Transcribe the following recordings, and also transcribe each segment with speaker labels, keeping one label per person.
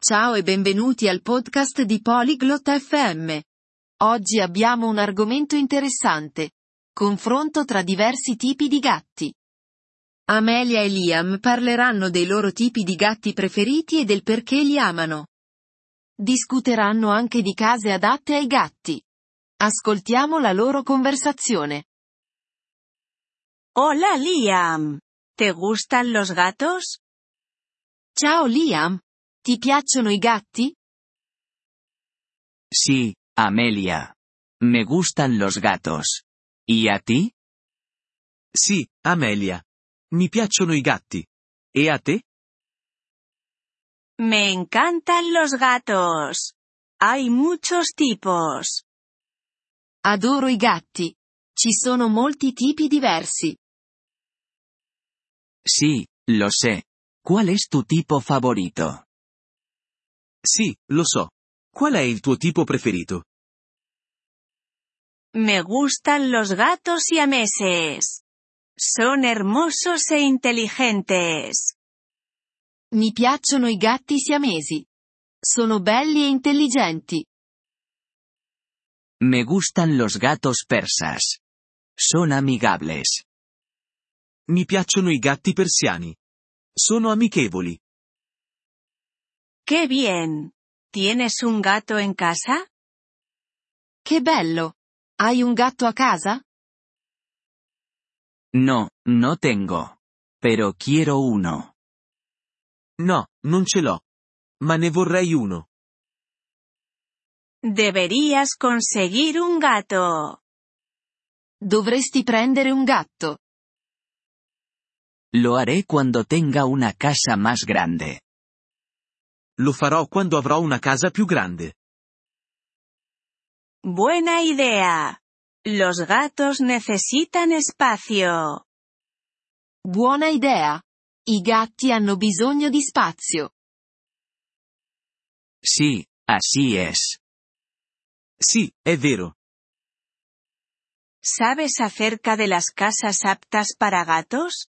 Speaker 1: Ciao e benvenuti al podcast di Polyglot FM. Oggi abbiamo un argomento interessante. Confronto tra diversi tipi di gatti. Amelia e Liam parleranno dei loro tipi di gatti preferiti e del perché li amano. Discuteranno anche di case adatte ai gatti. Ascoltiamo la loro conversazione.
Speaker 2: Hola Liam. ¿Te gustan los gatos?
Speaker 1: Ciao Liam. Ti piacciono i gatti?
Speaker 3: Sí, Amelia. Me gustan los gatos. ¿Y a ti?
Speaker 4: Sì, Amelia. Mi piacciono i gatti. E a te?
Speaker 2: Me encantan los gatos. Hay muchos tipos.
Speaker 1: Adoro i gatti. Ci sono molti tipi diversi.
Speaker 3: Sí, lo sé. ¿Cuál es tu tipo favorito?
Speaker 4: Sì, lo so. Qual è il tuo tipo preferito?
Speaker 2: Me gustan los gatos y siameses. Son hermosos e inteligentes.
Speaker 1: Mi piacciono i gatti siamesi. Sono belli e intelligenti.
Speaker 3: Me gustan los gatos persas. Son amigables.
Speaker 4: Mi piacciono i gatti persiani. Sono amichevoli.
Speaker 2: ¡Qué bien! ¿Tienes un gato en casa?
Speaker 1: Che bello! Hai un gatto a casa?
Speaker 3: No, no tengo. Pero quiero uno.
Speaker 4: No, non ce l'ho. Ma ne vorrei uno.
Speaker 2: Deberías conseguir un gato.
Speaker 1: Dovresti prendere un gatto.
Speaker 3: Lo haré cuando tenga una casa más grande.
Speaker 4: Lo farò quando avrò una casa più grande.
Speaker 2: Buena idea. Los gatos necesitan espacio.
Speaker 1: Buona idea! I gatti hanno bisogno di spazio.
Speaker 3: Sí, así es.
Speaker 4: Sì, è vero.
Speaker 2: ¿Sabes acerca de las casas aptas para gatos?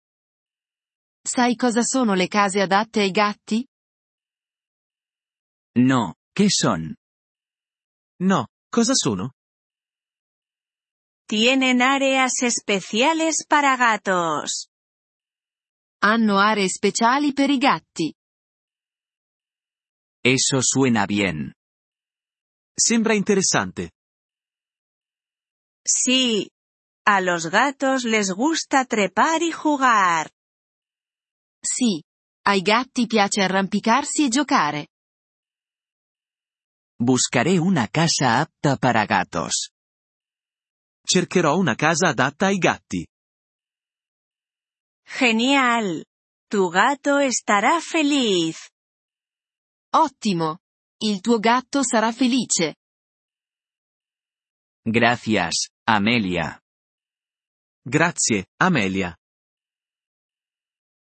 Speaker 1: Sai cosa sono le case adatte ai gatti?
Speaker 3: No, ¿qué son?
Speaker 4: No, cosa sono?
Speaker 2: Tienen áreas especiales para gatos.
Speaker 1: Hanno aree speciali per i gatti.
Speaker 3: Eso suena bien.
Speaker 4: Sembra interessante.
Speaker 2: Sí. A los gatos les gusta trepar y jugar.
Speaker 1: Sì. Ai gatti piace arrampicarsi e giocare.
Speaker 3: Buscaré una casa apta para gatos.
Speaker 4: Cercherò una casa adatta ai gatti.
Speaker 2: Genial. Tu gato estará feliz.
Speaker 1: Ottimo! Il tuo gatto sarà felice.
Speaker 3: Gracias, Amelia.
Speaker 4: Grazie, Amelia.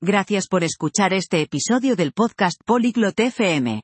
Speaker 5: Gracias por escuchar este episodio del podcast Polyglot FM.